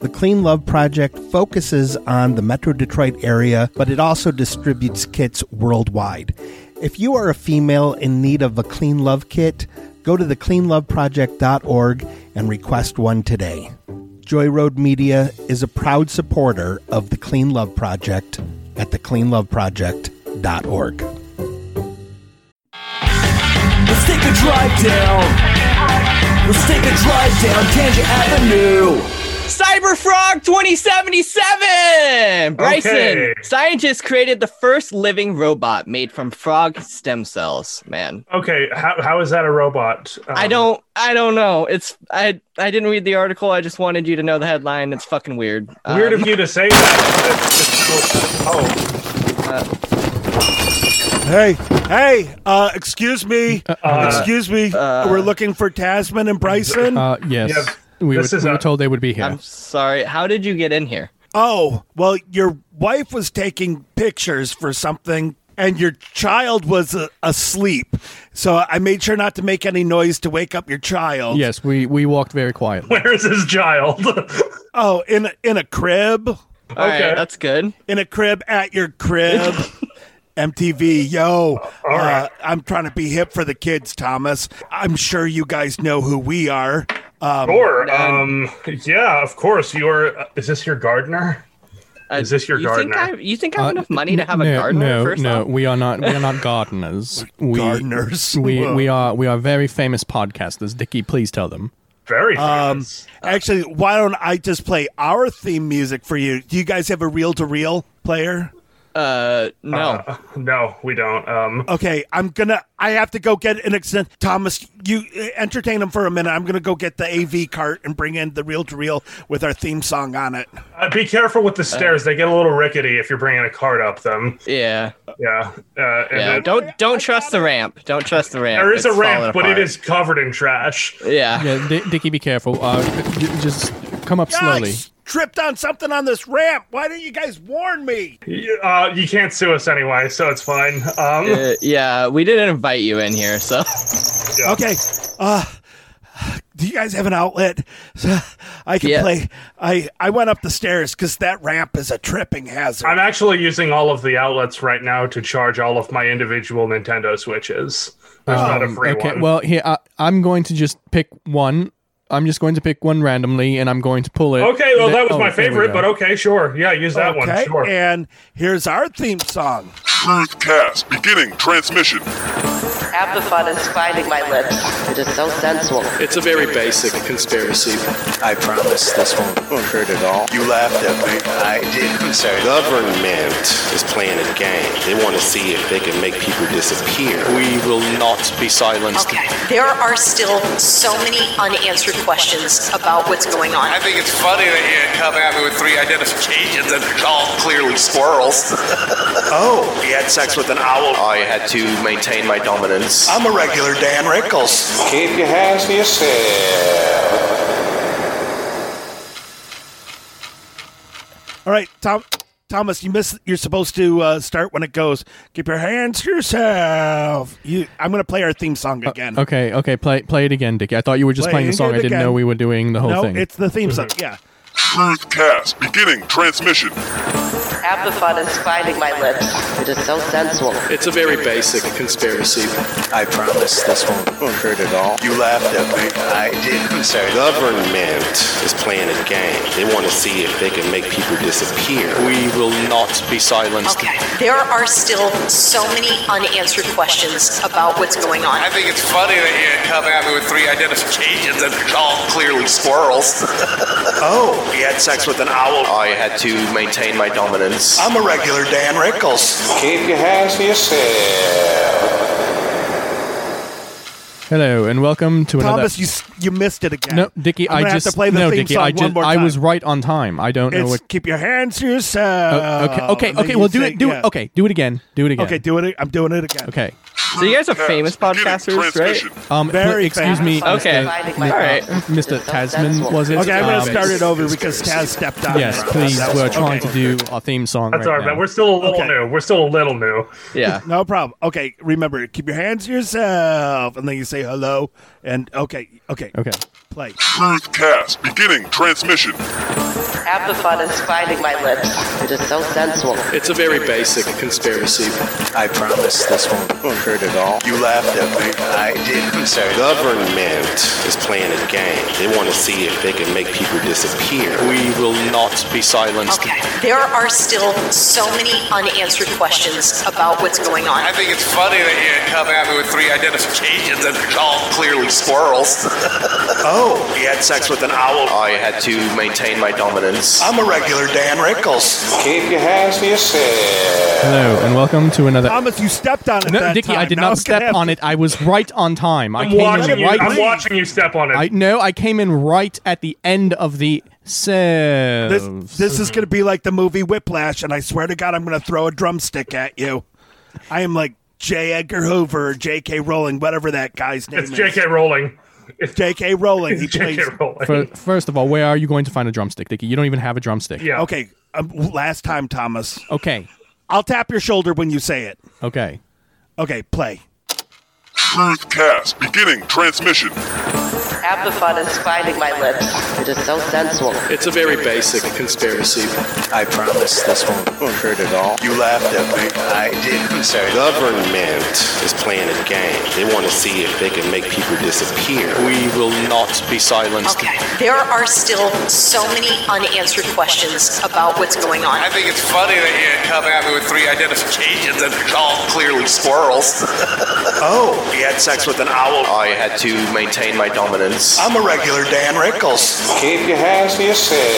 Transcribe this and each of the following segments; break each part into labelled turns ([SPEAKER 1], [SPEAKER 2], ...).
[SPEAKER 1] The Clean Love Project focuses on the Metro Detroit area, but it also distributes kits worldwide. If you are a female in need of a Clean Love kit, go to thecleanloveproject.org and request one today. Joy Road Media is a proud supporter of the Clean Love Project at thecleanloveproject.org.
[SPEAKER 2] Let's take a drive down. Let's take a drive down Tangent Avenue.
[SPEAKER 3] Cyberfrog 2077! Bryson,
[SPEAKER 4] Okay.
[SPEAKER 3] scientists created the first living robot made from frog stem cells. Man,
[SPEAKER 4] Okay, how, how is that a robot? Um,
[SPEAKER 3] I don't, I don't know. It's I, I didn't read the article. I just wanted you to know the headline. It's fucking weird.
[SPEAKER 4] Weird
[SPEAKER 3] Um,
[SPEAKER 4] of you to say that. but it's- it's-
[SPEAKER 5] Hey, hey, uh, excuse me.
[SPEAKER 4] Uh,
[SPEAKER 5] excuse me.
[SPEAKER 3] uh,
[SPEAKER 5] We're looking for Tasman and Bryson.
[SPEAKER 6] Uh, yes.
[SPEAKER 4] Yeah,
[SPEAKER 6] we,
[SPEAKER 4] this
[SPEAKER 6] would-
[SPEAKER 4] is
[SPEAKER 6] we were
[SPEAKER 4] a-
[SPEAKER 6] told they would be here.
[SPEAKER 3] I'm sorry. How did you get in here?
[SPEAKER 5] oh, well, your wife was taking pictures for something and your child was uh, asleep. So I made sure not to make any noise to wake up your child.
[SPEAKER 6] yes, we, we walked very quietly.
[SPEAKER 4] oh, where's his child?
[SPEAKER 5] Oh, in a, in a crib?
[SPEAKER 3] All right,
[SPEAKER 4] Okay.
[SPEAKER 3] that's good.
[SPEAKER 5] In a crib at your crib. MTV, yo. Uh, I'm trying to be hip for the kids, Thomas. I'm sure you guys know who we are. Um,
[SPEAKER 4] or, um, yeah, of course. You're. Uh, is this your gardener?
[SPEAKER 3] Uh,
[SPEAKER 4] Is this your
[SPEAKER 3] you think
[SPEAKER 4] gardener?
[SPEAKER 3] I, you think I have
[SPEAKER 6] Uh,
[SPEAKER 3] enough money to have a
[SPEAKER 6] no,
[SPEAKER 3] gardener?
[SPEAKER 6] No,
[SPEAKER 3] first
[SPEAKER 6] no,
[SPEAKER 3] off?
[SPEAKER 6] we are not. We are not gardeners. we,
[SPEAKER 5] Gardeners.
[SPEAKER 6] We
[SPEAKER 5] Whoa.
[SPEAKER 6] we are we are very famous podcasters. Dickie, please tell them.
[SPEAKER 4] Very famous.
[SPEAKER 5] Actually, why don't I just play our theme music for you? Do you guys have a reel to reel player?
[SPEAKER 3] Uh, no.
[SPEAKER 4] Uh, no, we don't. Um,
[SPEAKER 5] Okay, I'm gonna. I have to go get an extent. Thomas, you uh, entertain him for a minute. I'm gonna go get the AV cart and bring in the reel to reel with our theme song on it.
[SPEAKER 4] uh, be careful with the stairs. They get a little rickety if you're bringing a cart up them.
[SPEAKER 3] yeah,
[SPEAKER 4] Yeah. Uh, and
[SPEAKER 3] yeah.
[SPEAKER 4] then-
[SPEAKER 3] Don't don't trust the ramp. Don't trust the ramp.
[SPEAKER 4] there is a
[SPEAKER 3] It's falling
[SPEAKER 4] ramp, but it
[SPEAKER 3] apart.
[SPEAKER 4] is covered in trash.
[SPEAKER 3] Yeah.
[SPEAKER 6] Yeah, D- Dickie, be careful. Uh, j- just come up slowly.
[SPEAKER 5] Guys, tripped on something on this ramp. Why didn't you guys warn me?
[SPEAKER 4] Y- Uh, you can't sue us anyway, so it's fine. Um,
[SPEAKER 3] Uh, yeah, we didn't invite you in here, so
[SPEAKER 5] Okay. Uh do you guys have an outlet? So I can
[SPEAKER 3] Yeah.
[SPEAKER 5] play. I I went up the stairs because that ramp is a tripping hazard.
[SPEAKER 4] I'm actually using all of the outlets right now to charge all of my individual Nintendo Switches. There's not a free
[SPEAKER 6] Um, okay.
[SPEAKER 4] one.
[SPEAKER 6] Well, here I, I'm going to just pick one. I'm just going to pick one randomly, and I'm going to pull it.
[SPEAKER 4] okay, well,
[SPEAKER 6] Th-
[SPEAKER 4] that was
[SPEAKER 6] oh,
[SPEAKER 4] my
[SPEAKER 6] there we
[SPEAKER 4] favorite,
[SPEAKER 6] go.
[SPEAKER 4] but okay, sure. Yeah, use that one.
[SPEAKER 5] Okay,
[SPEAKER 4] Sure.
[SPEAKER 5] and here's our theme song.
[SPEAKER 7] Truthcast beginning transmission.
[SPEAKER 8] Half the fun is finding my lips. It is so sensual.
[SPEAKER 9] It's a very basic conspiracy.
[SPEAKER 10] I promise this won't hurt at all. You laughed at me. I did. I'm sorry. Government is playing a game. They want to see if they can make people disappear.
[SPEAKER 9] We will not be silenced.
[SPEAKER 11] Okay. There are still so many unanswered questions about what's going on.
[SPEAKER 10] I think it's funny that you come at me with three identifications and it's all clearly squirrels. oh, he had sex with an owl. I had to maintain my dominance. I'm a regular Dan Rickles. Keep your hands to yourself.
[SPEAKER 5] All right, Tom, Thomas, you miss. You're supposed to uh, start when it goes. Keep your hands to yourself. You, I'm gonna play our theme song again.
[SPEAKER 6] Uh, Okay, okay, play play it again, Dickie. I thought you were just
[SPEAKER 5] Play
[SPEAKER 6] playing the
[SPEAKER 5] it
[SPEAKER 6] song. I didn't
[SPEAKER 5] again.
[SPEAKER 6] know we were doing the whole
[SPEAKER 5] no,
[SPEAKER 6] thing.
[SPEAKER 5] it's the theme song.
[SPEAKER 4] Mm-hmm.
[SPEAKER 5] Yeah.
[SPEAKER 7] Truthcast beginning transmission.
[SPEAKER 8] Half the fun is finding my lips. It is so sensual.
[SPEAKER 9] It's a very basic conspiracy.
[SPEAKER 10] I promise this won't hurt at all. You laughed at me. I did. I'm sorry. Government is playing a game. They want to see if they can make people disappear.
[SPEAKER 9] We will not be silenced.
[SPEAKER 11] Okay. There are still so many unanswered questions about what's going
[SPEAKER 10] I
[SPEAKER 11] on.
[SPEAKER 10] think it's funny that you come at me with three identifications and it's all clearly squirrels. oh, he had sex with an owl. I had to maintain my dominance. I'm a regular Dan Rickles. Keep your hands to yourself.
[SPEAKER 6] Hello and welcome to another.
[SPEAKER 5] Thomas, you s- you missed it again.
[SPEAKER 6] no, Dickie,
[SPEAKER 5] I'm
[SPEAKER 6] I
[SPEAKER 5] gonna
[SPEAKER 6] just
[SPEAKER 5] have to play the
[SPEAKER 6] no,
[SPEAKER 5] theme
[SPEAKER 6] Dickie,
[SPEAKER 5] song
[SPEAKER 6] I
[SPEAKER 5] one
[SPEAKER 6] just
[SPEAKER 5] more
[SPEAKER 6] I
[SPEAKER 5] time.
[SPEAKER 6] was right on time. I don't know
[SPEAKER 5] It's
[SPEAKER 6] what.
[SPEAKER 5] keep your hands to yourself.
[SPEAKER 6] Oh, okay, okay,
[SPEAKER 5] And then
[SPEAKER 6] okay.
[SPEAKER 5] you
[SPEAKER 6] Well, do
[SPEAKER 5] say-
[SPEAKER 6] it. Do
[SPEAKER 5] yeah.
[SPEAKER 6] it. Okay, do it again. Do it again.
[SPEAKER 5] Okay, do it. I'm doing it again.
[SPEAKER 6] Okay.
[SPEAKER 3] So you guys are famous podcasters, right?
[SPEAKER 6] Um, pl-
[SPEAKER 5] Very
[SPEAKER 6] excuse
[SPEAKER 5] fast.
[SPEAKER 6] me.
[SPEAKER 3] Okay.
[SPEAKER 6] Mr.
[SPEAKER 3] All right.
[SPEAKER 6] Mr. Tasman, was it?
[SPEAKER 5] Okay, I'm gonna
[SPEAKER 6] Um,
[SPEAKER 5] start it over because Taz stepped on.
[SPEAKER 6] Yes, please. We're trying to do our theme song
[SPEAKER 4] That's all
[SPEAKER 6] right
[SPEAKER 4] right,
[SPEAKER 6] now.
[SPEAKER 4] man. We're still a little new. We're still a little new.
[SPEAKER 6] Yeah.
[SPEAKER 5] no problem. Okay, remember, keep your hands to yourself, and then you say hello. And okay, okay,
[SPEAKER 6] okay.
[SPEAKER 5] Play.
[SPEAKER 7] Truthcast beginning transmission.
[SPEAKER 8] Half the fun is finding my lips. It is so sensual.
[SPEAKER 9] It's a very basic conspiracy.
[SPEAKER 12] I promise this won't hurt at all. You laughed at me. I did. So government is playing a game. They want to see if they can make people disappear.
[SPEAKER 9] We will not be silenced.
[SPEAKER 11] There are still so many unanswered questions about what's going on.
[SPEAKER 10] I think it's funny that you come at me with three identifications and they're all clearly squirrels. oh, he had sex with an owl.
[SPEAKER 9] I had to maintain my dominance.
[SPEAKER 10] I'm a regular Dan Rickles.
[SPEAKER 12] Keep your hands to yourself.
[SPEAKER 6] Hello and welcome to another.
[SPEAKER 5] Thomas, you stepped on it.
[SPEAKER 6] No,
[SPEAKER 5] that
[SPEAKER 6] Dickie,
[SPEAKER 5] time.
[SPEAKER 6] I did
[SPEAKER 5] Now
[SPEAKER 6] not
[SPEAKER 5] it's gonna
[SPEAKER 6] step
[SPEAKER 5] have-
[SPEAKER 6] on it. I was right on time. I
[SPEAKER 4] I'm
[SPEAKER 6] came
[SPEAKER 4] watching
[SPEAKER 6] in
[SPEAKER 4] you.
[SPEAKER 6] right.
[SPEAKER 4] I'm watching you step on it.
[SPEAKER 6] I no, I came in right at the end of the
[SPEAKER 5] This,
[SPEAKER 6] so.
[SPEAKER 5] this is going to be like the movie Whiplash, and I swear to God, I'm going to throw a drumstick at you. I am like J. Edgar Hoover, or J.K. Rowling, whatever that guy's name
[SPEAKER 4] It's
[SPEAKER 5] is.
[SPEAKER 4] J.K. Rowling. It's
[SPEAKER 5] J.K. Rowling. He
[SPEAKER 4] It's J.K.
[SPEAKER 5] plays.
[SPEAKER 4] Rowling.
[SPEAKER 6] Fir- First of all, where are you going to find a drumstick, Dickie? You don't even have a drumstick.
[SPEAKER 5] Okay. Um, last time, Thomas.
[SPEAKER 6] Okay.
[SPEAKER 5] I'll tap your shoulder when you say it.
[SPEAKER 6] Okay.
[SPEAKER 5] Okay. Play.
[SPEAKER 7] Truthcast beginning transmission.
[SPEAKER 8] Half the fun is finding my lips. It is so sensual.
[SPEAKER 9] It's a very basic conspiracy.
[SPEAKER 12] I promise this won't hurt at all. You laughed at me. I did. So government is playing a game. They want to see if they can make people disappear.
[SPEAKER 9] We will not be silenced.
[SPEAKER 11] There are still so many unanswered questions about what's going on.
[SPEAKER 10] I think it's funny that you come at me with three identifications and they're all clearly squirrels. oh, he had sex with an owl.
[SPEAKER 9] I had to maintain my dominance.
[SPEAKER 10] I'm a regular Dan Rickles.
[SPEAKER 12] Keep your hands to yourself.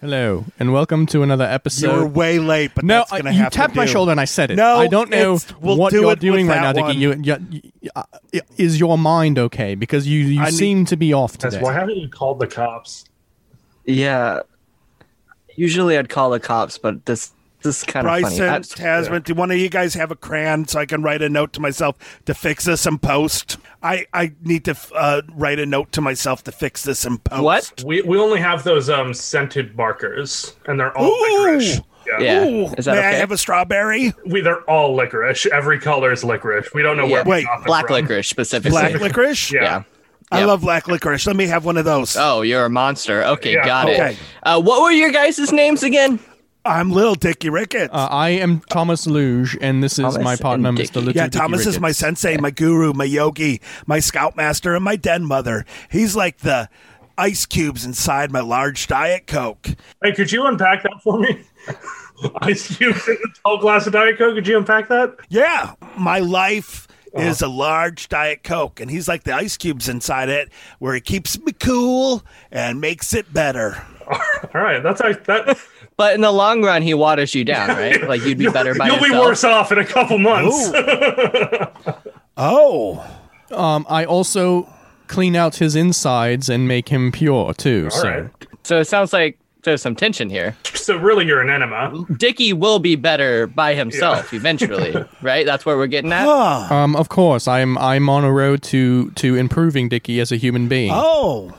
[SPEAKER 6] Hello and welcome to another episode.
[SPEAKER 5] you were way late, but
[SPEAKER 6] no,
[SPEAKER 5] that's
[SPEAKER 6] I-
[SPEAKER 5] going to
[SPEAKER 6] you
[SPEAKER 5] have to
[SPEAKER 6] tapped my
[SPEAKER 5] do.
[SPEAKER 6] shoulder and I said it.
[SPEAKER 5] No,
[SPEAKER 6] I don't know
[SPEAKER 5] it's- we'll
[SPEAKER 6] what
[SPEAKER 5] do
[SPEAKER 6] you're
[SPEAKER 5] it
[SPEAKER 6] doing
[SPEAKER 5] with
[SPEAKER 6] right now,
[SPEAKER 5] that
[SPEAKER 6] Dickie. You, you, you- uh, is your mind okay? Because you, you
[SPEAKER 4] I need-
[SPEAKER 6] seem to be off
[SPEAKER 4] That's
[SPEAKER 6] today.
[SPEAKER 4] why haven't you called the cops?
[SPEAKER 3] Yeah. Usually I'd call the cops, but this this is kind of funny.
[SPEAKER 5] Bryson,
[SPEAKER 3] I-
[SPEAKER 5] Tasman, do one of you guys have a crayon so I can write a note to myself to fix this in post? I, I need to uh, write a note to myself to fix this in post.
[SPEAKER 4] What? We, we only have those um scented markers, and they're all licorice.
[SPEAKER 5] Ooh, may I have a strawberry?
[SPEAKER 4] We they're all licorice. Every color is licorice. We don't know
[SPEAKER 3] yeah.
[SPEAKER 4] where. we got them
[SPEAKER 3] black
[SPEAKER 4] from.
[SPEAKER 3] licorice specifically.
[SPEAKER 5] Black licorice?
[SPEAKER 3] Yeah.
[SPEAKER 5] I
[SPEAKER 3] Yeah.
[SPEAKER 5] love black licorice. Let me have one of those.
[SPEAKER 3] Oh, you're a monster. Okay,
[SPEAKER 5] Yeah,
[SPEAKER 3] got
[SPEAKER 5] okay.
[SPEAKER 3] it. Uh, what were your guys' names again?
[SPEAKER 5] I'm little Dickie Ricketts.
[SPEAKER 6] Uh, I am Thomas Luge, and this is
[SPEAKER 5] Thomas
[SPEAKER 6] my partner,
[SPEAKER 5] and
[SPEAKER 6] Mr. Little
[SPEAKER 5] yeah,
[SPEAKER 6] Dickie
[SPEAKER 5] Thomas is
[SPEAKER 6] Ricketts.
[SPEAKER 5] my sensei, my guru, my yogi, my scoutmaster, and my den mother. He's like the ice cubes inside my large diet coke.
[SPEAKER 4] Hey, could you unpack that for me? Ice cubes in a tall glass of Diet Coke. Could you unpack that?
[SPEAKER 5] Yeah, my life is a large diet coke, and he's like the ice cubes inside it, where he keeps me cool and makes it better.
[SPEAKER 4] All right, that's how that.
[SPEAKER 3] But in the long run, he waters you down, right? Like you'd be better by
[SPEAKER 4] You'll be
[SPEAKER 3] yourself.
[SPEAKER 4] worse off in a couple months.
[SPEAKER 5] Oh.
[SPEAKER 6] Um, I also clean out his insides and make him pure too. so.
[SPEAKER 3] So it sounds like there's some tension here.
[SPEAKER 4] so really, you're an enema.
[SPEAKER 3] Dickie will be better by himself eventually, right? That's where we're getting at.
[SPEAKER 6] Um, of course, I'm I'm on a road to to improving Dickie as a human being.
[SPEAKER 5] Oh,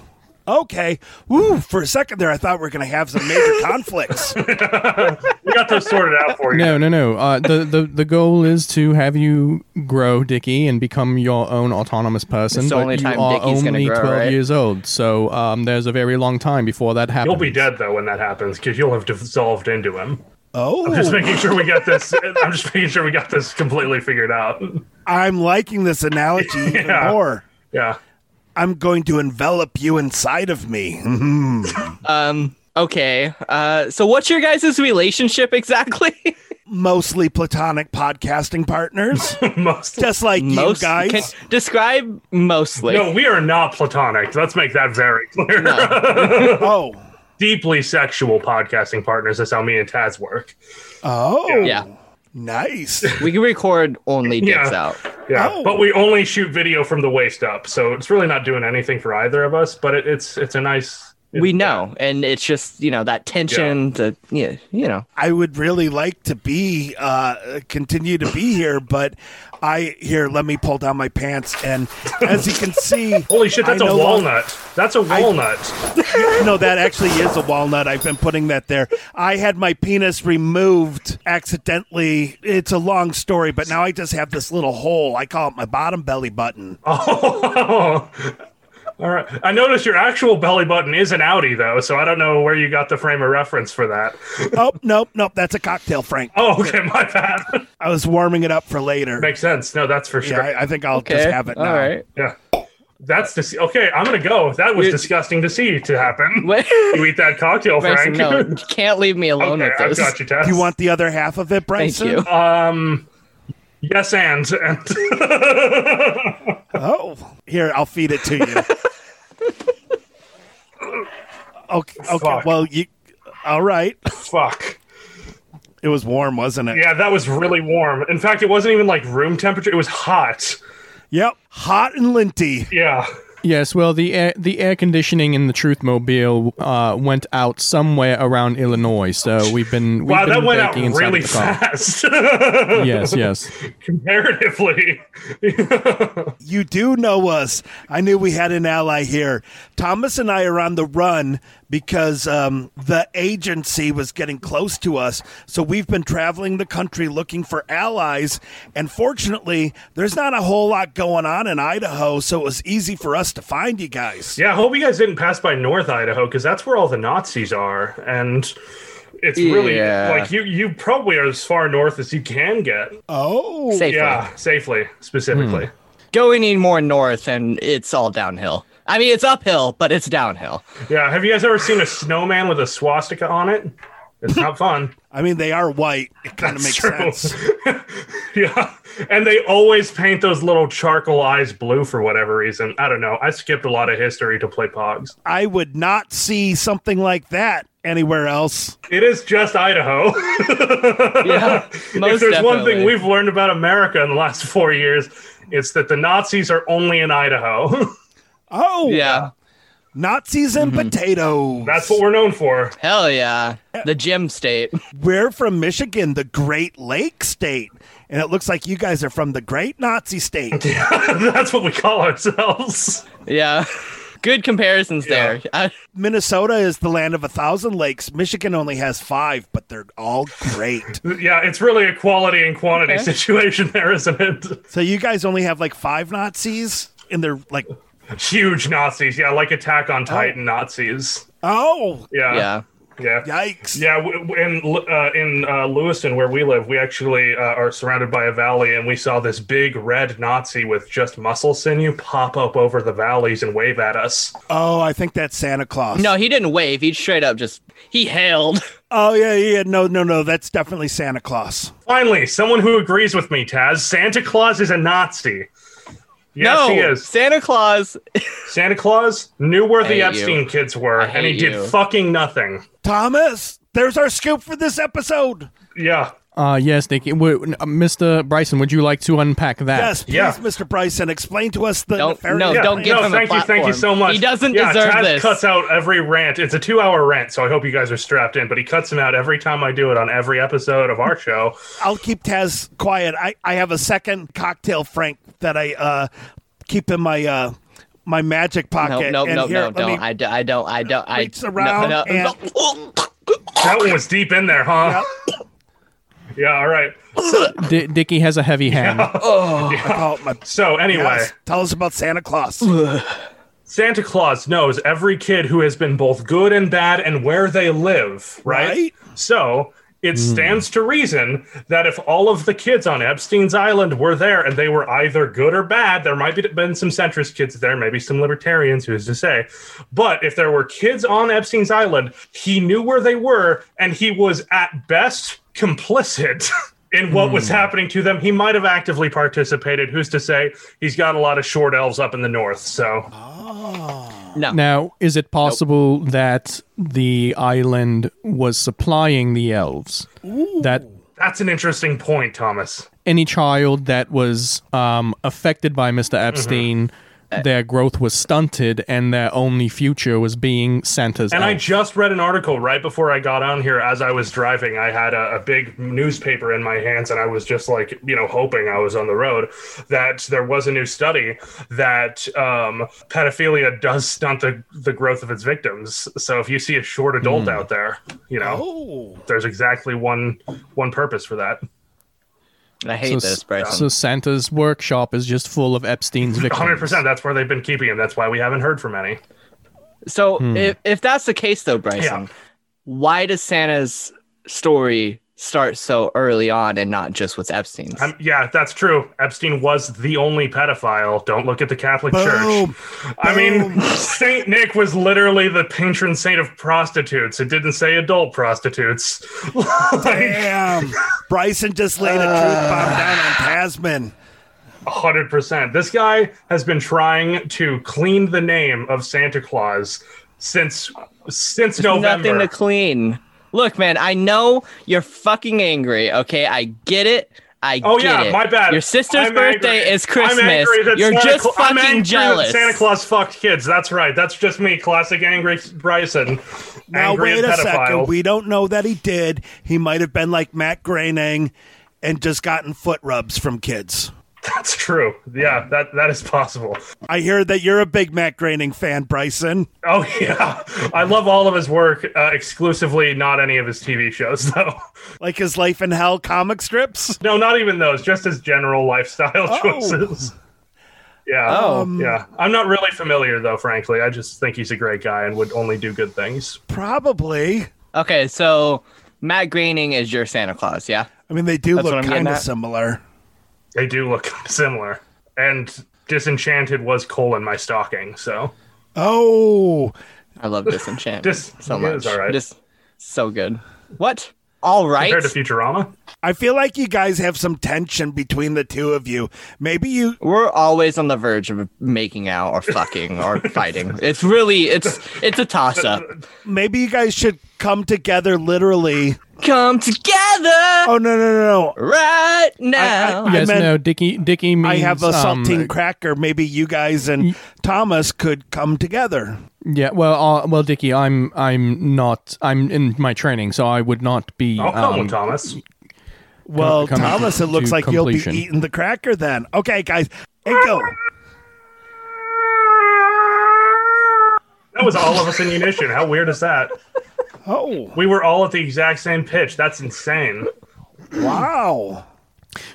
[SPEAKER 5] okay. Ooh, for a second there, I thought we were going to have some major conflicts.
[SPEAKER 4] We got those sorted out for you.
[SPEAKER 6] No, no, no. Uh, the, the the goal is to have you grow, Dickie, and become your own autonomous person.
[SPEAKER 3] It's the
[SPEAKER 6] but
[SPEAKER 3] only
[SPEAKER 6] you
[SPEAKER 3] time
[SPEAKER 6] are
[SPEAKER 3] Dickie's gonna
[SPEAKER 6] only
[SPEAKER 3] grow,
[SPEAKER 6] twelve
[SPEAKER 3] right?
[SPEAKER 6] years old, so um, there's a very long time before that happens.
[SPEAKER 4] You'll be dead though when that happens because you'll have dissolved into him.
[SPEAKER 5] Oh,
[SPEAKER 4] I'm just making sure we got this. I'm just making sure we got this completely figured out.
[SPEAKER 5] I'm liking this analogy even
[SPEAKER 4] Yeah.
[SPEAKER 5] more.
[SPEAKER 4] Yeah.
[SPEAKER 5] I'm going to envelop you inside of me. Mhm.
[SPEAKER 3] Um, okay. Uh, so what's your guys' relationship exactly?
[SPEAKER 5] Mostly platonic podcasting partners.
[SPEAKER 4] Mostly.
[SPEAKER 5] Just like
[SPEAKER 3] Most-
[SPEAKER 5] you guys.
[SPEAKER 3] can- describe mostly.
[SPEAKER 4] No, we are not platonic. Let's make that very clear.
[SPEAKER 5] oh.
[SPEAKER 4] Deeply sexual podcasting partners. That's how me and Taz work.
[SPEAKER 5] Oh.
[SPEAKER 4] Yeah.
[SPEAKER 5] Nice.
[SPEAKER 3] We can record only dicks
[SPEAKER 4] Yeah.
[SPEAKER 3] out.
[SPEAKER 4] Yeah,
[SPEAKER 5] Oh.
[SPEAKER 4] but we only shoot video from the waist up, so it's really not doing anything for either of us. But it, it's it's a nice.
[SPEAKER 3] we know, and it's just you know that tension. The yeah, you know.
[SPEAKER 5] I would really like to be uh, continue to be here, but I here. Let me pull down my pants, and as you can see,
[SPEAKER 4] Holy shit, that's
[SPEAKER 5] a
[SPEAKER 4] a walnut. that's a walnut.
[SPEAKER 5] no, that actually is a walnut. I've been putting that there. I had my penis removed accidentally. It's a long story, but now I just have this little hole. I call it my bottom belly button.
[SPEAKER 4] Uh, Oh, all right. I noticed your actual belly button is an Audi though, so I don't know where you got the frame of reference for that.
[SPEAKER 5] oh, nope, nope. That's a cocktail, Frank.
[SPEAKER 4] Oh, okay, my bad.
[SPEAKER 5] I was warming it up for later.
[SPEAKER 4] Makes sense. No, that's for
[SPEAKER 5] Yeah,
[SPEAKER 4] sure.
[SPEAKER 5] I- I think I'll just Okay, have it all now. right.
[SPEAKER 4] Yeah. That's dis- okay. I'm gonna go. That was disgusting to see to happen. you eat that cocktail,
[SPEAKER 3] Bryson,
[SPEAKER 4] Frank.
[SPEAKER 3] no, you can't leave me alone
[SPEAKER 4] Okay,
[SPEAKER 3] with
[SPEAKER 4] I've
[SPEAKER 3] this.
[SPEAKER 4] got you, Tess.
[SPEAKER 5] Do you want the other half of it, Bryson?
[SPEAKER 4] Um, yes, and, and
[SPEAKER 5] Oh, here I'll feed it to you. okay. Okay.
[SPEAKER 4] Fuck.
[SPEAKER 5] Well, you. All right.
[SPEAKER 4] Fuck.
[SPEAKER 5] It was warm, wasn't it?
[SPEAKER 4] yeah, that was really warm. In fact, it wasn't even like room temperature. It was hot.
[SPEAKER 5] Yep. Hot and linty.
[SPEAKER 4] Yeah.
[SPEAKER 6] Yes, well, the air, the air conditioning in the Truth Mobile uh, went out somewhere around Illinois, so we've been we've
[SPEAKER 4] wow,
[SPEAKER 6] been
[SPEAKER 4] that went out
[SPEAKER 6] baking inside
[SPEAKER 4] really
[SPEAKER 6] of the car.
[SPEAKER 4] fast.
[SPEAKER 6] yes, yes.
[SPEAKER 4] Comparatively.
[SPEAKER 5] You do know us. I knew we had an ally here. Thomas and I are on the run because um, the agency was getting close to us. So we've been traveling the country looking for allies. And fortunately, there's not a whole lot going on in Idaho. So it was easy for us to find you guys.
[SPEAKER 4] Yeah, I hope you guys didn't pass by North Idaho because that's where all the Nazis are, and it's really
[SPEAKER 5] Yeah.
[SPEAKER 4] like you you probably are as far north as you can get.
[SPEAKER 5] Oh,
[SPEAKER 4] yeah, safely specifically.
[SPEAKER 6] Hmm.
[SPEAKER 3] Going any more north, and it's all downhill. I mean, it's uphill, but it's downhill.
[SPEAKER 4] Yeah, have you guys ever seen a snowman with a swastika on it? It's not fun.
[SPEAKER 5] I mean, they are white. It kind
[SPEAKER 4] That's
[SPEAKER 5] of makes
[SPEAKER 4] true.
[SPEAKER 5] sense.
[SPEAKER 4] yeah, and they always paint those little charcoal eyes blue for whatever reason. I don't know. I skipped a lot of history to play Pogs.
[SPEAKER 5] I would not see something like that anywhere else.
[SPEAKER 4] It is just Idaho.
[SPEAKER 5] Yeah,
[SPEAKER 4] if
[SPEAKER 5] most
[SPEAKER 4] there's one thing
[SPEAKER 5] definitely.
[SPEAKER 4] we've learned about America in the last four years, it's that the Nazis are only in Idaho.
[SPEAKER 5] Oh,
[SPEAKER 3] yeah.
[SPEAKER 5] Nazis and potatoes.
[SPEAKER 4] Mm-hmm. That's what we're known for.
[SPEAKER 3] Hell yeah. The gym state.
[SPEAKER 5] We're from Michigan, the Great Lake State. And it looks like you guys are from the Great Nazi State.
[SPEAKER 4] That's what we call ourselves.
[SPEAKER 3] Yeah. Good comparisons there. I,
[SPEAKER 5] Minnesota is the land of a thousand lakes. Michigan only has five, but they're all great.
[SPEAKER 4] yeah, it's really a quality and quantity
[SPEAKER 5] Okay.
[SPEAKER 4] situation there, isn't it?
[SPEAKER 5] so you guys only have like five Nazis? And they're like,
[SPEAKER 4] Huge Nazis. Yeah, like Attack on Titan Nazis.
[SPEAKER 5] oh.
[SPEAKER 4] Yeah. Yeah.
[SPEAKER 5] Yikes.
[SPEAKER 4] Yeah. w- w- In uh, in uh, Lewiston, where we live, we actually uh, are surrounded by a valley, and we saw this big red Nazi with just muscle sinew pop up over the valleys and wave at us.
[SPEAKER 5] Oh, I think that's Santa Claus.
[SPEAKER 3] no, he didn't wave. He straight up just, he hailed.
[SPEAKER 5] Oh, yeah, yeah. No, no, no. That's definitely Santa Claus.
[SPEAKER 4] Finally, someone who agrees with me, Taz. Santa Claus is a Nazi. Yes,
[SPEAKER 3] No,
[SPEAKER 4] he is.
[SPEAKER 3] Santa Claus.
[SPEAKER 4] Santa Claus knew where the
[SPEAKER 5] I hate
[SPEAKER 4] Epstein
[SPEAKER 5] you.
[SPEAKER 4] kids were,
[SPEAKER 5] I
[SPEAKER 4] and he
[SPEAKER 5] hate you.
[SPEAKER 4] did fucking nothing.
[SPEAKER 5] Thomas, there's our scoop for this episode.
[SPEAKER 4] Yeah.
[SPEAKER 6] Uh, yes, Nick. Would, uh, Mr. Bryson, would you like to unpack that?
[SPEAKER 5] Yes, please, Mr. Bryson, explain to us the
[SPEAKER 6] Don't-
[SPEAKER 5] nefarious-
[SPEAKER 6] no, Yeah, Oh, don't give no, him a
[SPEAKER 4] Thank you, thank you so much. yeah, Taz cuts out every rant. It's a two-hour rant, so I hope you guys are strapped in. But he cuts them out every time I do it on every episode of our show.
[SPEAKER 5] I'll keep Taz quiet. I, I have a second cocktail, Frank, that I uh, keep in my uh, my magic
[SPEAKER 3] No,
[SPEAKER 5] pocket.
[SPEAKER 3] no,
[SPEAKER 5] And
[SPEAKER 3] no,
[SPEAKER 5] here,
[SPEAKER 3] no,
[SPEAKER 5] let
[SPEAKER 3] don't.
[SPEAKER 5] me-
[SPEAKER 3] I, do, I don't. I don't. I
[SPEAKER 5] reach around
[SPEAKER 3] no, no.
[SPEAKER 5] and-
[SPEAKER 4] that one was deep in there, huh? Yeah. All right.
[SPEAKER 6] D- Dickie has a heavy hand.
[SPEAKER 4] Oh. So anyway,
[SPEAKER 5] Yes, tell us about Santa Claus.
[SPEAKER 4] Santa Claus knows every kid who has been both good and bad and where they live, right? So it stands to reason that if all of the kids on Epstein's Island were there and they were either good or bad, there might have been some centrist kids there, maybe some libertarians, who's to say. But if there were kids on Epstein's Island, he knew where they were and he was at best complicit. In what was happening to them, he might have actively participated. Who's to say? He's got a lot of short elves up in the north, so
[SPEAKER 3] No.
[SPEAKER 6] Now, is it possible that the island was supplying the elves? That
[SPEAKER 4] That's an interesting point, Thomas.
[SPEAKER 6] any child that was um, affected by Mr.
[SPEAKER 4] Mm-hmm.
[SPEAKER 6] Epstein,
[SPEAKER 4] Uh,
[SPEAKER 6] their growth was stunted, and their only future was being Santa's.
[SPEAKER 4] And I
[SPEAKER 6] elf.
[SPEAKER 4] just read an article right before I got on here as I was driving. I had a, a big newspaper in my hands and I was just like, you know, hoping I was on the road that there was a new study that um, pedophilia does stunt the, the growth of its victims. So if you see a short adult
[SPEAKER 5] Hmm.
[SPEAKER 4] out there, you know, there's exactly one one purpose for that. I
[SPEAKER 6] so, s- So Santa's workshop is just full of Epstein's
[SPEAKER 4] Hundred
[SPEAKER 6] victims.
[SPEAKER 4] percent. That's where they've been keeping him. That's why we haven't heard from any.
[SPEAKER 3] So
[SPEAKER 6] Hmm.
[SPEAKER 3] if, if that's the case though, Bryson, why does Santa's story start so early on and not just with Epstein's?
[SPEAKER 4] Um, yeah, that's true. Epstein was the only pedophile. Don't look at the Catholic Church. I mean, Saint Nick was literally the patron saint of prostitutes. It didn't say adult prostitutes.
[SPEAKER 5] Damn. Bryson just laid a truth bomb down on Tasman.
[SPEAKER 4] Hundred percent. This guy has been trying to clean the name of Santa Claus since since
[SPEAKER 3] There's
[SPEAKER 4] November.
[SPEAKER 3] Nothing to clean. Look, man, I know you're fucking angry. Okay, I get it. I
[SPEAKER 4] Oh
[SPEAKER 3] get
[SPEAKER 4] yeah,
[SPEAKER 3] it.
[SPEAKER 4] my bad.
[SPEAKER 3] Your sister's
[SPEAKER 4] I'm
[SPEAKER 3] birthday
[SPEAKER 4] angry.
[SPEAKER 3] is
[SPEAKER 4] I'm
[SPEAKER 3] Christmas.
[SPEAKER 4] angry that
[SPEAKER 3] You're
[SPEAKER 4] Santa
[SPEAKER 3] just
[SPEAKER 4] Cla- I'm
[SPEAKER 3] fucking
[SPEAKER 4] angry that
[SPEAKER 3] jealous.
[SPEAKER 4] Santa Claus fucked kids. That's right. That's just me, classic angry Bryson.
[SPEAKER 5] Now
[SPEAKER 4] angry
[SPEAKER 5] wait
[SPEAKER 4] and
[SPEAKER 5] a
[SPEAKER 4] pedophile.
[SPEAKER 5] second. We don't know that he did. He might have been like Matt Groening and just gotten foot rubs from kids.
[SPEAKER 4] That's true. Yeah, that that is possible.
[SPEAKER 5] I hear that you're a big Matt Groening fan, Bryson.
[SPEAKER 4] Oh yeah, I love all of his work. Uh, exclusively, not any of his TV shows though.
[SPEAKER 5] Like his Life in Hell comic strips?
[SPEAKER 4] No, not even those. Just his general lifestyle
[SPEAKER 5] Oh.
[SPEAKER 4] choices. Yeah.
[SPEAKER 5] Oh. Um,
[SPEAKER 4] yeah. I'm not really familiar though, frankly. I just think he's a great guy and would only do good things.
[SPEAKER 5] Probably.
[SPEAKER 3] Okay, so Matt Groening is your Santa Claus, yeah?
[SPEAKER 5] I mean, they do
[SPEAKER 3] That's what
[SPEAKER 5] look
[SPEAKER 3] I'm getting
[SPEAKER 5] kind of
[SPEAKER 3] at.
[SPEAKER 5] similar.
[SPEAKER 4] They do look similar. And Disenchanted was coal in my stocking, so
[SPEAKER 5] Oh.
[SPEAKER 3] I love Disenchantment
[SPEAKER 4] Dis-
[SPEAKER 3] so
[SPEAKER 4] yeah,
[SPEAKER 3] much.
[SPEAKER 4] it's all right.
[SPEAKER 3] Just so good. What? All right.
[SPEAKER 4] Compared to Futurama?
[SPEAKER 5] I feel like you guys have some tension between the two of you. Maybe you
[SPEAKER 3] We're always on the verge of making out or fucking or fighting. It's really it's it's a toss up.
[SPEAKER 5] maybe you guys should come together literally.
[SPEAKER 3] Come together. Oh
[SPEAKER 5] no no no no.
[SPEAKER 3] Right
[SPEAKER 5] now.
[SPEAKER 6] Yes, no, Dickie. Dickie means
[SPEAKER 5] I have a
[SPEAKER 6] um,
[SPEAKER 5] saltine cracker. Maybe you guys and Thomas could come together.
[SPEAKER 6] Yeah, well, uh, well, Dickie, I'm, I'm not, I'm in my training, so I would not be.
[SPEAKER 4] Oh,
[SPEAKER 5] I'll come with
[SPEAKER 6] um,
[SPEAKER 5] Thomas. Well,
[SPEAKER 6] coming
[SPEAKER 5] Thomas, it
[SPEAKER 6] to
[SPEAKER 5] looks like
[SPEAKER 6] completion.
[SPEAKER 5] you'll be eating the cracker then. Okay, guys. Hey, go.
[SPEAKER 4] That was all of us in unison. How weird is that?
[SPEAKER 5] Oh.
[SPEAKER 4] We were all at the exact same pitch. That's insane.
[SPEAKER 5] Wow.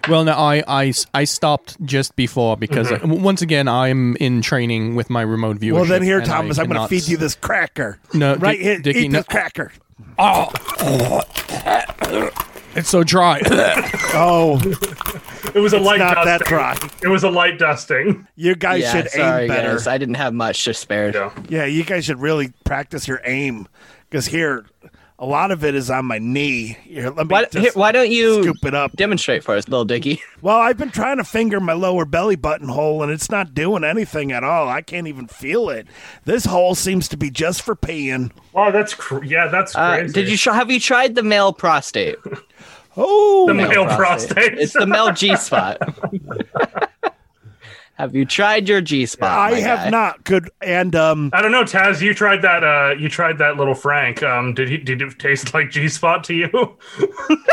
[SPEAKER 6] Well, no, I, I, I stopped just before because
[SPEAKER 4] Mhm.
[SPEAKER 6] uh, w- once again I'm in training with my remote viewer.
[SPEAKER 5] Mm-hmm. Well, then here, Thomas, I'm going to feed you this cracker.
[SPEAKER 6] No,
[SPEAKER 5] right
[SPEAKER 6] Dick-
[SPEAKER 5] here.
[SPEAKER 6] Dickie,
[SPEAKER 5] eat
[SPEAKER 6] no.
[SPEAKER 5] this cracker.
[SPEAKER 6] Oh, it's so dry.
[SPEAKER 5] oh,
[SPEAKER 4] It was a
[SPEAKER 5] It's
[SPEAKER 4] light
[SPEAKER 5] not that
[SPEAKER 4] dusting. It was a light dusting.
[SPEAKER 5] You guys
[SPEAKER 3] Yeah,
[SPEAKER 5] should
[SPEAKER 3] sorry,
[SPEAKER 5] aim better.
[SPEAKER 3] guys. I didn't have much to spare.
[SPEAKER 5] Yeah, you guys should really practice your aim because here, a lot of it is on my knee. Here, let me
[SPEAKER 3] Why,
[SPEAKER 5] just-
[SPEAKER 3] here, Uh, why don't you
[SPEAKER 5] scoop it up?
[SPEAKER 3] Demonstrate for us, little Dicky.
[SPEAKER 5] Well, I've been trying to finger my lower belly button hole, and it's not doing anything at all. I can't even feel it. This hole seems to be just for peeing.
[SPEAKER 4] Oh, that's cr- yeah, that's
[SPEAKER 3] Uh,
[SPEAKER 4] crazy.
[SPEAKER 3] did you sh- have you tried the male prostate?
[SPEAKER 5] Oh,
[SPEAKER 4] The male prostate.
[SPEAKER 3] it's the male G spot. have you tried your G spot?
[SPEAKER 5] I have not. Good. And um,
[SPEAKER 4] I don't know, Taz. You tried that. Uh, you tried that little Frank. Um, did he? Did it taste like G spot to you?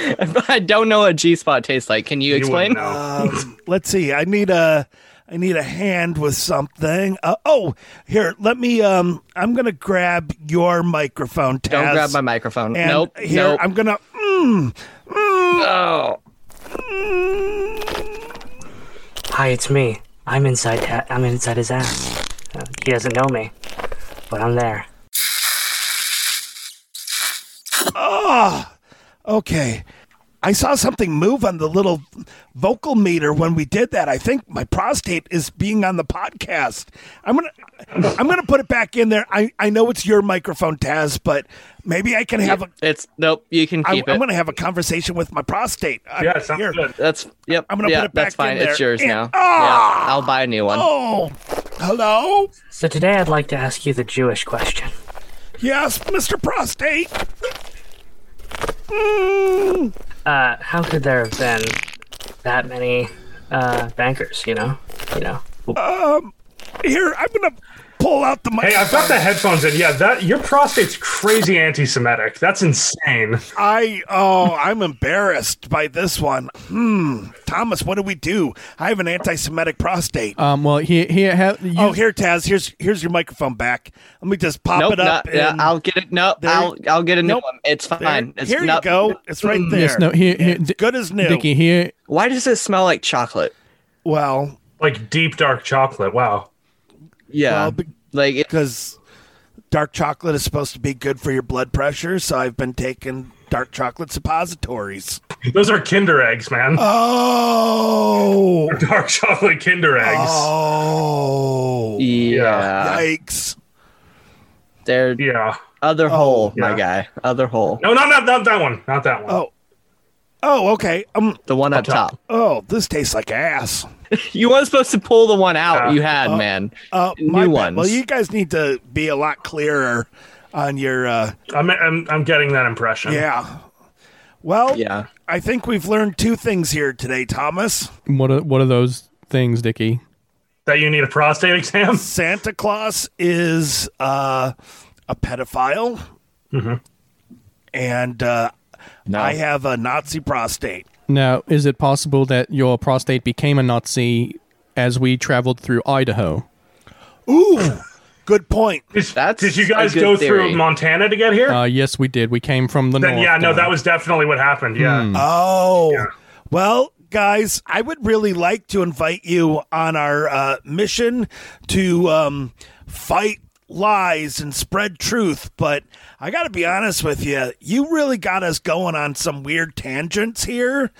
[SPEAKER 3] I don't know what G spot tastes like. Can you explain?
[SPEAKER 5] Um, let's see. I need a I need a hand with something. Uh, oh, here. Let me. Um, I'm gonna grab your microphone. Taz.
[SPEAKER 3] Don't grab my microphone.
[SPEAKER 5] And
[SPEAKER 3] nope.
[SPEAKER 5] Here,
[SPEAKER 3] nope.
[SPEAKER 5] I'm gonna. Mm,
[SPEAKER 3] Oh.
[SPEAKER 13] Hi, it's me. I'm inside. Ta- I'm inside his ass. Uh, he doesn't know me, but I'm there.
[SPEAKER 5] Ah, okay. I saw something move on the little vocal meter when we did that. I think my prostate is being on the podcast. I'm gonna, I'm gonna put it back in there. I, I know it's your microphone, Taz, but maybe I can have a.
[SPEAKER 3] It's nope. You can
[SPEAKER 5] I,
[SPEAKER 3] keep it.
[SPEAKER 5] I'm gonna have a conversation with my prostate. I-
[SPEAKER 4] Yeah, sounds
[SPEAKER 5] here.
[SPEAKER 4] good.
[SPEAKER 3] That's yep.
[SPEAKER 5] I'm gonna
[SPEAKER 3] yeah,
[SPEAKER 5] put it
[SPEAKER 3] that's
[SPEAKER 5] back
[SPEAKER 3] fine.
[SPEAKER 5] in
[SPEAKER 3] It's
[SPEAKER 5] there.
[SPEAKER 3] yours
[SPEAKER 5] And-
[SPEAKER 3] now.
[SPEAKER 5] Ah!
[SPEAKER 3] yeah, I'll buy a new one.
[SPEAKER 5] Oh, hello.
[SPEAKER 13] So today, I'd like to ask you the Jewish question.
[SPEAKER 5] Yes, Mr. Prostate. Mm,
[SPEAKER 13] Uh, how could there have been that many uh, bankers? You know, you know.
[SPEAKER 5] Um, here I'm gonna pull out the mic.
[SPEAKER 4] Hey, I've got the headphones in. Yeah, that your prostate's crazy anti-Semitic. That's insane.
[SPEAKER 5] I oh, I'm embarrassed by this one. Hmm, Thomas, what do we do? I have an anti-Semitic prostate.
[SPEAKER 6] Um, well, here, here, have, you,
[SPEAKER 5] oh, here, Taz. Here's here's your microphone back. Let me just pop
[SPEAKER 3] nope,
[SPEAKER 5] it up.
[SPEAKER 3] no, yeah,
[SPEAKER 5] and-
[SPEAKER 3] I'll get it. No,
[SPEAKER 5] There-
[SPEAKER 3] I'll I'll get a new
[SPEAKER 5] Nope.
[SPEAKER 3] one. It's
[SPEAKER 5] There-
[SPEAKER 3] fine. It's
[SPEAKER 5] here
[SPEAKER 3] no-
[SPEAKER 5] you go. It's right there.
[SPEAKER 6] Mm, Yes, no, here, here,
[SPEAKER 5] It's good as new.
[SPEAKER 6] Dickie, here,
[SPEAKER 3] Why does it smell like chocolate?
[SPEAKER 5] Well,
[SPEAKER 4] like deep dark chocolate. Wow.
[SPEAKER 3] Yeah, like
[SPEAKER 5] because dark chocolate is supposed to be good for your blood pressure, so I've been taking dark chocolate suppositories.
[SPEAKER 4] Those are Kinder eggs, man.
[SPEAKER 5] Uh, Oh,
[SPEAKER 4] dark chocolate Kinder eggs.
[SPEAKER 5] Oh,
[SPEAKER 3] Yeah.
[SPEAKER 5] Yikes.
[SPEAKER 3] There.
[SPEAKER 4] Yeah.
[SPEAKER 5] Oh,
[SPEAKER 3] Other hole, my guy. Other hole.
[SPEAKER 4] No, no, no, not that one. Not that one.
[SPEAKER 5] Oh. Oh, okay. Um,
[SPEAKER 3] the one up top.
[SPEAKER 5] Oh, this tastes like ass.
[SPEAKER 3] you weren't supposed to pull the one out you had,
[SPEAKER 5] Uh,
[SPEAKER 3] man.
[SPEAKER 5] Uh,
[SPEAKER 3] New
[SPEAKER 5] my bad.
[SPEAKER 3] ones.
[SPEAKER 5] Well, you guys need to be a lot clearer on your. Uh,
[SPEAKER 4] I'm, I'm I'm getting that impression.
[SPEAKER 5] Yeah. Well,
[SPEAKER 3] yeah.
[SPEAKER 5] I think we've learned two things here today, Thomas.
[SPEAKER 6] what are, what are those things, Dickie?
[SPEAKER 4] That you need a prostate exam.
[SPEAKER 5] Santa Claus is uh, a pedophile, and uh, I have a Nazi prostate.
[SPEAKER 6] Now, is it possible that your prostate became a Nazi as we traveled through Idaho?
[SPEAKER 5] Ooh, good point.
[SPEAKER 3] That's
[SPEAKER 4] Did you guys go through Montana to get here?
[SPEAKER 6] Uh, yes, we did. We came from the
[SPEAKER 4] then
[SPEAKER 6] north. Uh,
[SPEAKER 4] yeah, no,
[SPEAKER 6] down.
[SPEAKER 4] that was definitely what happened. Yeah.
[SPEAKER 6] Hmm.
[SPEAKER 5] Oh, well, guys, I would really like to invite you on our uh, mission to um, fight lies and spread truth, but I got to be honest with you, you really got us going on some weird tangents here.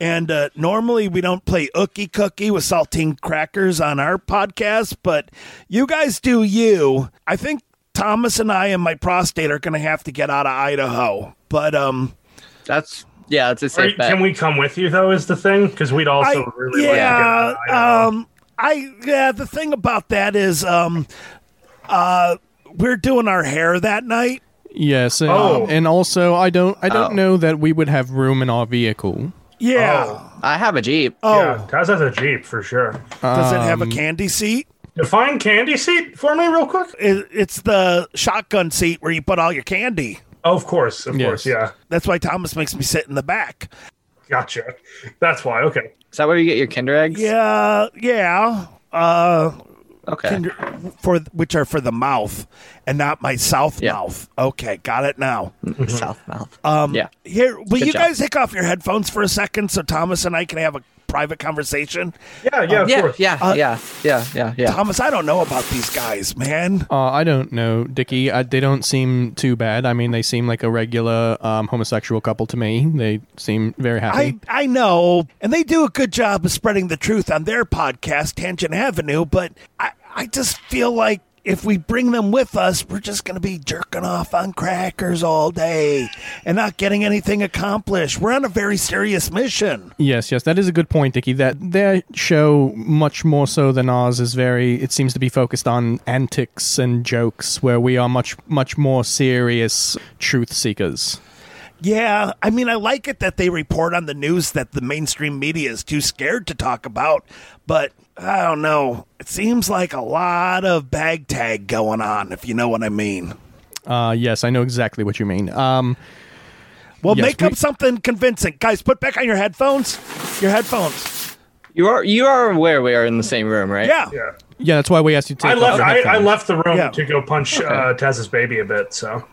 [SPEAKER 5] And uh, normally we don't play ookie cookie with saltine crackers on our podcast, but you guys do you. I think Thomas and I and my prostate are going to have to get out of Idaho, but um.
[SPEAKER 3] That's yeah, it's a
[SPEAKER 4] Are
[SPEAKER 3] safe
[SPEAKER 4] you-
[SPEAKER 3] bet.
[SPEAKER 4] can we come with you though? Is the thing because we'd also really like to get out
[SPEAKER 5] yeah,
[SPEAKER 4] of
[SPEAKER 5] um, I yeah. The thing about that is, um, uh, we're doing our hair that night.
[SPEAKER 6] Yes, and,
[SPEAKER 5] Oh.
[SPEAKER 6] and also I don't I don't know that we would have room in our vehicle.
[SPEAKER 5] Yeah.
[SPEAKER 3] I have a Jeep.
[SPEAKER 5] Oh,
[SPEAKER 4] Yeah, Taz has a Jeep for sure.
[SPEAKER 5] Does it have a
[SPEAKER 6] Um,
[SPEAKER 5] candy seat?
[SPEAKER 4] Define candy seat for me, real quick.
[SPEAKER 5] It, it's the shotgun seat where you put all your candy.
[SPEAKER 4] Oh, of course, of course, yeah.
[SPEAKER 5] That's why Thomas makes me sit in the back.
[SPEAKER 4] Gotcha. That's why. Okay.
[SPEAKER 3] Is that where you get your Kinder eggs?
[SPEAKER 5] Yeah, yeah. Uh,
[SPEAKER 3] Okay.
[SPEAKER 5] Kinder- for which are for the mouth and not my south mouth. Okay, got it now.
[SPEAKER 3] South mouth.
[SPEAKER 5] Um,
[SPEAKER 3] yeah.
[SPEAKER 5] Here, will
[SPEAKER 3] Mm. Good
[SPEAKER 5] you
[SPEAKER 3] job.
[SPEAKER 5] guys take off your headphones for a second so Thomas and I can have a private conversation?
[SPEAKER 4] Yeah,
[SPEAKER 3] yeah, of Yeah, course. yeah,
[SPEAKER 5] Uh,
[SPEAKER 3] yeah, yeah, yeah, yeah.
[SPEAKER 5] Thomas, I don't know about these guys, man.
[SPEAKER 6] Uh, I don't know, Dickie. I, they don't seem too bad. I mean, they seem like a regular um, homosexual couple to me. They seem very happy.
[SPEAKER 5] I, I know, and they do a good job of spreading the truth on their podcast, Tangent Avenue, but I, I just feel like if we bring them with us, we're just going to be jerking off on crackers all day and not getting anything accomplished. We're on a very serious mission.
[SPEAKER 6] yes, yes, that is a good point, Dickie. That their show, much more so than ours, is very. It seems to be focused on antics and jokes, where we are much, much more serious truth seekers.
[SPEAKER 5] Yeah, I mean, I like it that they report on the news that the mainstream media is too scared to talk about, but I don't know. It seems like a lot of bag tag going on, if you know what I mean.
[SPEAKER 6] Uh, yes, I know exactly what you mean. Um,
[SPEAKER 5] Well,
[SPEAKER 6] yes,
[SPEAKER 5] make
[SPEAKER 6] we-
[SPEAKER 5] up something convincing, guys. Put back on your headphones. Your headphones.
[SPEAKER 3] You are you are aware we are in the same room, right?
[SPEAKER 5] Yeah.
[SPEAKER 4] Yeah.
[SPEAKER 6] Yeah, that's why we asked you to take
[SPEAKER 4] I
[SPEAKER 6] off
[SPEAKER 4] left.
[SPEAKER 6] your
[SPEAKER 4] I, I
[SPEAKER 6] headphones.
[SPEAKER 4] left the room
[SPEAKER 6] Yeah.
[SPEAKER 4] to go punch uh, Taz's baby a bit. So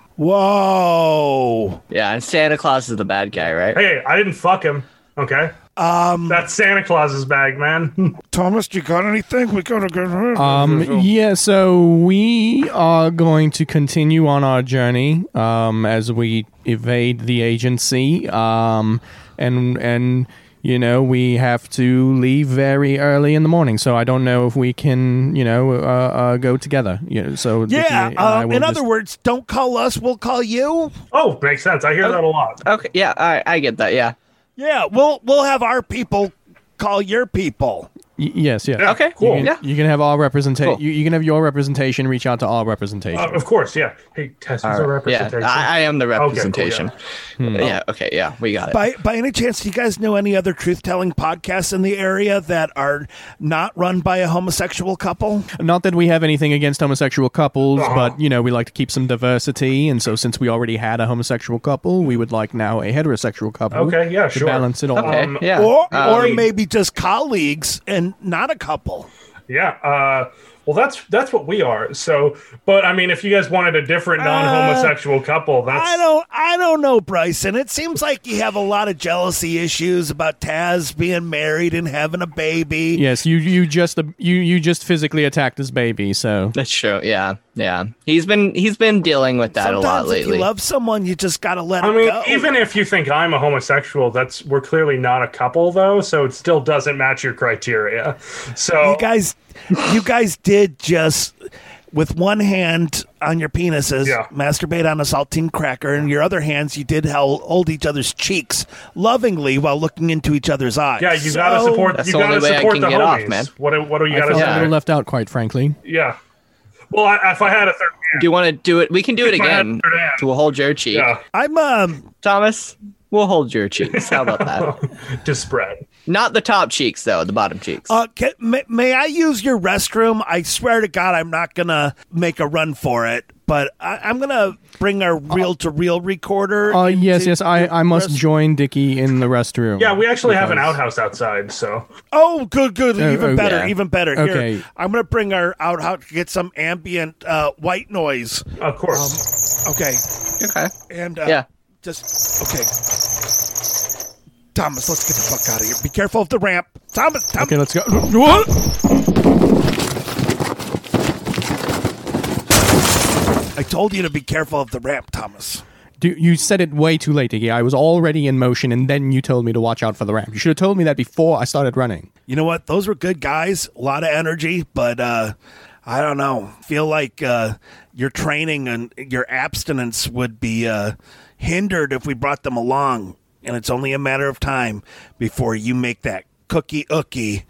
[SPEAKER 5] Whoa.
[SPEAKER 3] Yeah, and Santa Claus is the bad guy, right?
[SPEAKER 4] hey, I didn't fuck him. Okay.
[SPEAKER 5] Um.
[SPEAKER 4] That's Santa Claus's bag, man.
[SPEAKER 5] Thomas, do you got anything? We gotta get rid
[SPEAKER 6] Um, yeah, so we are going to continue on our journey um, as we evade the agency, um, and and you know we have to leave very early in the morning. So I don't know if we can, you know, uh, uh, go together. You know, so
[SPEAKER 5] Yeah.
[SPEAKER 6] Vicky and I
[SPEAKER 4] um,
[SPEAKER 5] Uh,
[SPEAKER 6] will
[SPEAKER 5] in other
[SPEAKER 6] just-
[SPEAKER 5] words, don't call us. We'll call you.
[SPEAKER 4] Oh, makes sense. I hear that a lot.
[SPEAKER 3] Okay. Yeah. I I get that. Yeah.
[SPEAKER 5] Yeah. We'll we'll have our people call your people.
[SPEAKER 6] Y- yes, yes.
[SPEAKER 4] Yeah,
[SPEAKER 6] You
[SPEAKER 4] cool.
[SPEAKER 6] can,
[SPEAKER 4] Yeah.
[SPEAKER 6] you can have all representation.
[SPEAKER 4] Cool.
[SPEAKER 6] You, you can have your representation reach out to all representation.
[SPEAKER 4] Uh, of course, yeah. Hey, Tess, who's
[SPEAKER 6] All
[SPEAKER 4] the
[SPEAKER 6] right, yeah,
[SPEAKER 4] representation?
[SPEAKER 3] I, I am the
[SPEAKER 4] Okay, cool, yeah.
[SPEAKER 3] representation. yeah. Okay. Yeah. We got it.
[SPEAKER 5] By by any chance, do you guys know any other truth telling podcasts in the area that are not run by a homosexual couple?
[SPEAKER 6] Not that we have anything against homosexual couples,
[SPEAKER 4] Uh-huh.
[SPEAKER 6] but you know we like to keep some diversity, and so since we already had a homosexual couple, we would like now a heterosexual couple. to Balance it all.
[SPEAKER 4] Um,
[SPEAKER 5] Or
[SPEAKER 3] Um,
[SPEAKER 5] or maybe just colleagues and not a couple.
[SPEAKER 4] Yeah. Uh, well, that's that's what we are. So, but I mean, if you guys wanted a different non-homosexual couple, that's
[SPEAKER 5] Uh, I don't I don't know, Bryson. It seems like you have a lot of jealousy issues about Taz being married and having a baby.
[SPEAKER 6] Yes, you you just you you just physically attacked his baby, so
[SPEAKER 3] that's true. Yeah, yeah. He's been he's been dealing with that a lot
[SPEAKER 5] Sometimes if
[SPEAKER 3] lately.
[SPEAKER 5] you love someone, you just gotta let
[SPEAKER 4] I
[SPEAKER 5] it
[SPEAKER 4] mean,
[SPEAKER 5] go.
[SPEAKER 4] even if you think I'm a homosexual, that's we're clearly not a couple though, so it still doesn't match your criteria. So
[SPEAKER 5] you guys you guys did just with one hand on your penises masturbate on a saltine cracker and your other hands you did hel- hold each other's cheeks lovingly while looking into each other's eyes
[SPEAKER 4] yeah, you gotta
[SPEAKER 5] So-
[SPEAKER 4] support. you gotta support the homies. What do- what do you
[SPEAKER 6] I
[SPEAKER 4] gotta
[SPEAKER 6] felt
[SPEAKER 4] say?
[SPEAKER 6] a little left out, quite frankly.
[SPEAKER 4] Yeah. Well, I, if I had a third,
[SPEAKER 3] Do you want to do it? We can do it
[SPEAKER 4] If I had
[SPEAKER 3] again.
[SPEAKER 4] third hand.
[SPEAKER 3] We'll hold your cheek.
[SPEAKER 4] Yeah.
[SPEAKER 5] I'm um
[SPEAKER 3] Thomas. We'll hold your cheeks. How about
[SPEAKER 4] that? Just spread.
[SPEAKER 3] Not the top cheeks though. The bottom cheeks.
[SPEAKER 5] uh, can, may, may I use your restroom? I swear to God, I'm not gonna make a run for it, but I, I'm gonna bring our reel-to-reel recorder.
[SPEAKER 6] Uh, yes,
[SPEAKER 5] into
[SPEAKER 6] yes. I,
[SPEAKER 5] your
[SPEAKER 6] I must
[SPEAKER 5] rest-
[SPEAKER 6] join Dickie in the restroom.
[SPEAKER 4] Yeah, we actually have an
[SPEAKER 6] Because-
[SPEAKER 4] outhouse outside, so
[SPEAKER 5] Oh, good, good,
[SPEAKER 6] Oh,
[SPEAKER 5] even
[SPEAKER 6] oh,
[SPEAKER 5] better,
[SPEAKER 6] yeah.
[SPEAKER 5] even better.
[SPEAKER 6] Okay.
[SPEAKER 5] Here, I'm gonna bring our out how to get some ambient uh, white noise.
[SPEAKER 4] Of
[SPEAKER 5] Um,
[SPEAKER 4] course.
[SPEAKER 5] okay.
[SPEAKER 3] Okay.
[SPEAKER 5] And uh,
[SPEAKER 4] Yeah.
[SPEAKER 5] just okay. Thomas, let's get the fuck out of here. Be careful of the ramp, Thomas. Thomas.
[SPEAKER 6] Okay, let's go.
[SPEAKER 5] I told you to be careful of the ramp, Thomas.
[SPEAKER 6] Do, you said it way too late, Iggy. I was already in motion, and then you told me to watch out for the ramp. You should have told me that before I started running.
[SPEAKER 5] You know what? Those were good guys. A lot of energy, but uh, I don't know. Feel like uh, your training and your abstinence would be uh, hindered if we brought them along. And it's only a matter of time before you make that cookie ookie.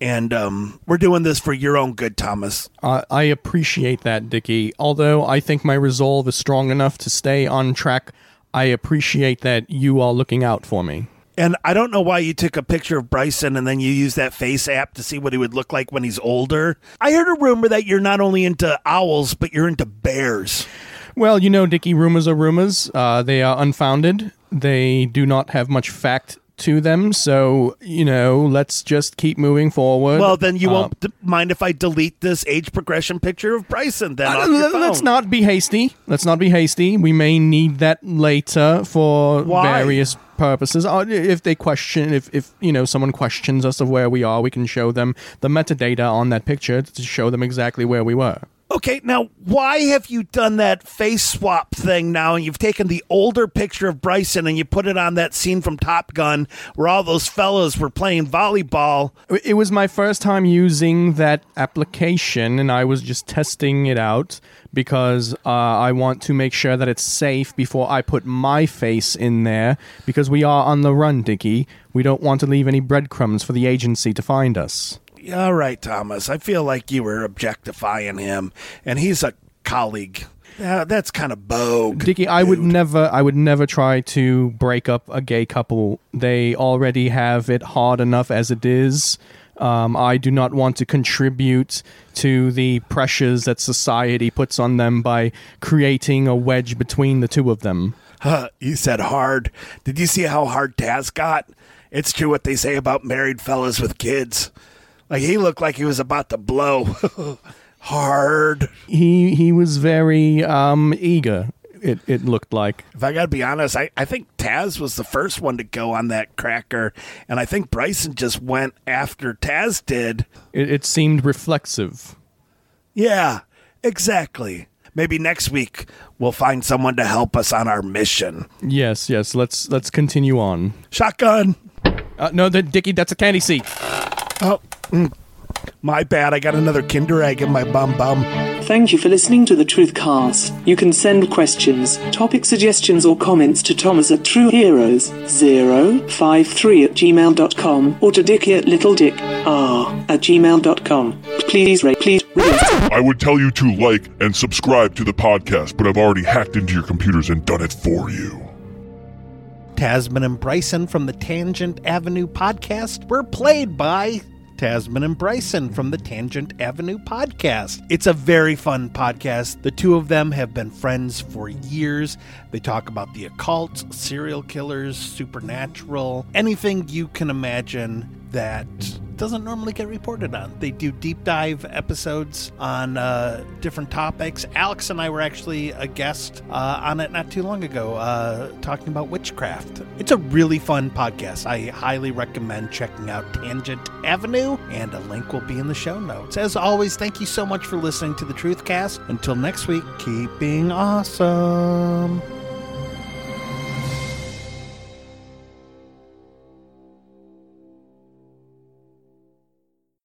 [SPEAKER 5] And um, we're doing this for your own good, Thomas.
[SPEAKER 6] Uh, I appreciate that, Dickie. Although I think my resolve is strong enough to stay on track, I appreciate that you are looking out for me.
[SPEAKER 5] And I don't know why you took a picture of Bryson and then you use that face app to see what he would look like when he's older. I heard a rumor that you're not only into owls, but you're into bears.
[SPEAKER 6] Well, you know, Dickie, rumors are rumors. Uh, they are unfounded. They do not have much fact to them. So, you know, let's just keep moving forward.
[SPEAKER 5] Well, then you
[SPEAKER 6] Uh,
[SPEAKER 5] won't d- mind if I delete this age progression picture of Bryson. Then off your
[SPEAKER 6] let-
[SPEAKER 5] phone.
[SPEAKER 6] let's not be hasty. Let's not be hasty. We may need that later for
[SPEAKER 5] Why?
[SPEAKER 6] various purposes. Uh, If they question, if if you know someone questions us of where we are, we can show them the metadata on that picture to show them exactly where we were.
[SPEAKER 5] Okay, now why have you done that face swap thing now? And you've taken the older picture of Bryson and you put it on that scene from Top Gun where all those fellows were playing volleyball.
[SPEAKER 6] It was my first time using that application, and I was just testing it out because uh, I want to make sure that it's safe before I put my face in there. Because we are on the run, Dickie. We don't want to leave any breadcrumbs for the agency to find us.
[SPEAKER 5] Yeah, All right, Thomas. I feel like you were objectifying him, and he's a colleague. Yeah, that's kind of bogue.
[SPEAKER 6] Dickie, I would never, I would never try to break up a gay couple. They already have it hard enough as it is. Um, I do not want to contribute to the pressures that society puts on them by creating a wedge between the two of them.
[SPEAKER 5] Huh, you Uh, said hard. Did you see how hard Taz got? It's true what they say about married fellas with kids. Like he looked like he was about to blow. hard.
[SPEAKER 6] He he was very um, eager. It it looked like.
[SPEAKER 5] If I gotta be honest, I, I think Taz was the first one to go on that cracker, and I think Bryson just went after Taz did.
[SPEAKER 6] It, it seemed reflexive.
[SPEAKER 5] Yeah, exactly. Maybe next week we'll find someone to help us on our mission.
[SPEAKER 6] Yes, yes. Let's let's continue on.
[SPEAKER 5] Shotgun.
[SPEAKER 6] Uh, no, that Dickie, that's a candy seat.
[SPEAKER 5] Oh, mm. My bad. I got another Kinder Egg in my bum bum.
[SPEAKER 10] Thank you for listening to the Truth Cast. You can send questions, topic suggestions, or comments to Thomas at TrueHeroes053 at gmail.com or to Dickie at LittleDickR at gmail.com. Please rate, please rate.
[SPEAKER 7] I would tell you to like and subscribe to the podcast, but I've already hacked into your computers and done it for you.
[SPEAKER 14] Tasman and Bryson from the Tangent Avenue podcast were played by Tasman and Bryson from the Tangent Avenue podcast.
[SPEAKER 5] It's a very fun podcast. The two of them have been friends for years. They talk about the occult, serial killers, supernatural, anything you can imagine that doesn't normally get reported on. They do deep dive episodes on uh, different topics. Alex and I were actually a guest uh, on it not too long ago, uh, talking about witchcraft. It's a really fun podcast. I highly recommend checking out Tangent Avenue, and a link will be in the show notes. As always, thank you so much for listening to the Truthcast. Until next week, keep being awesome.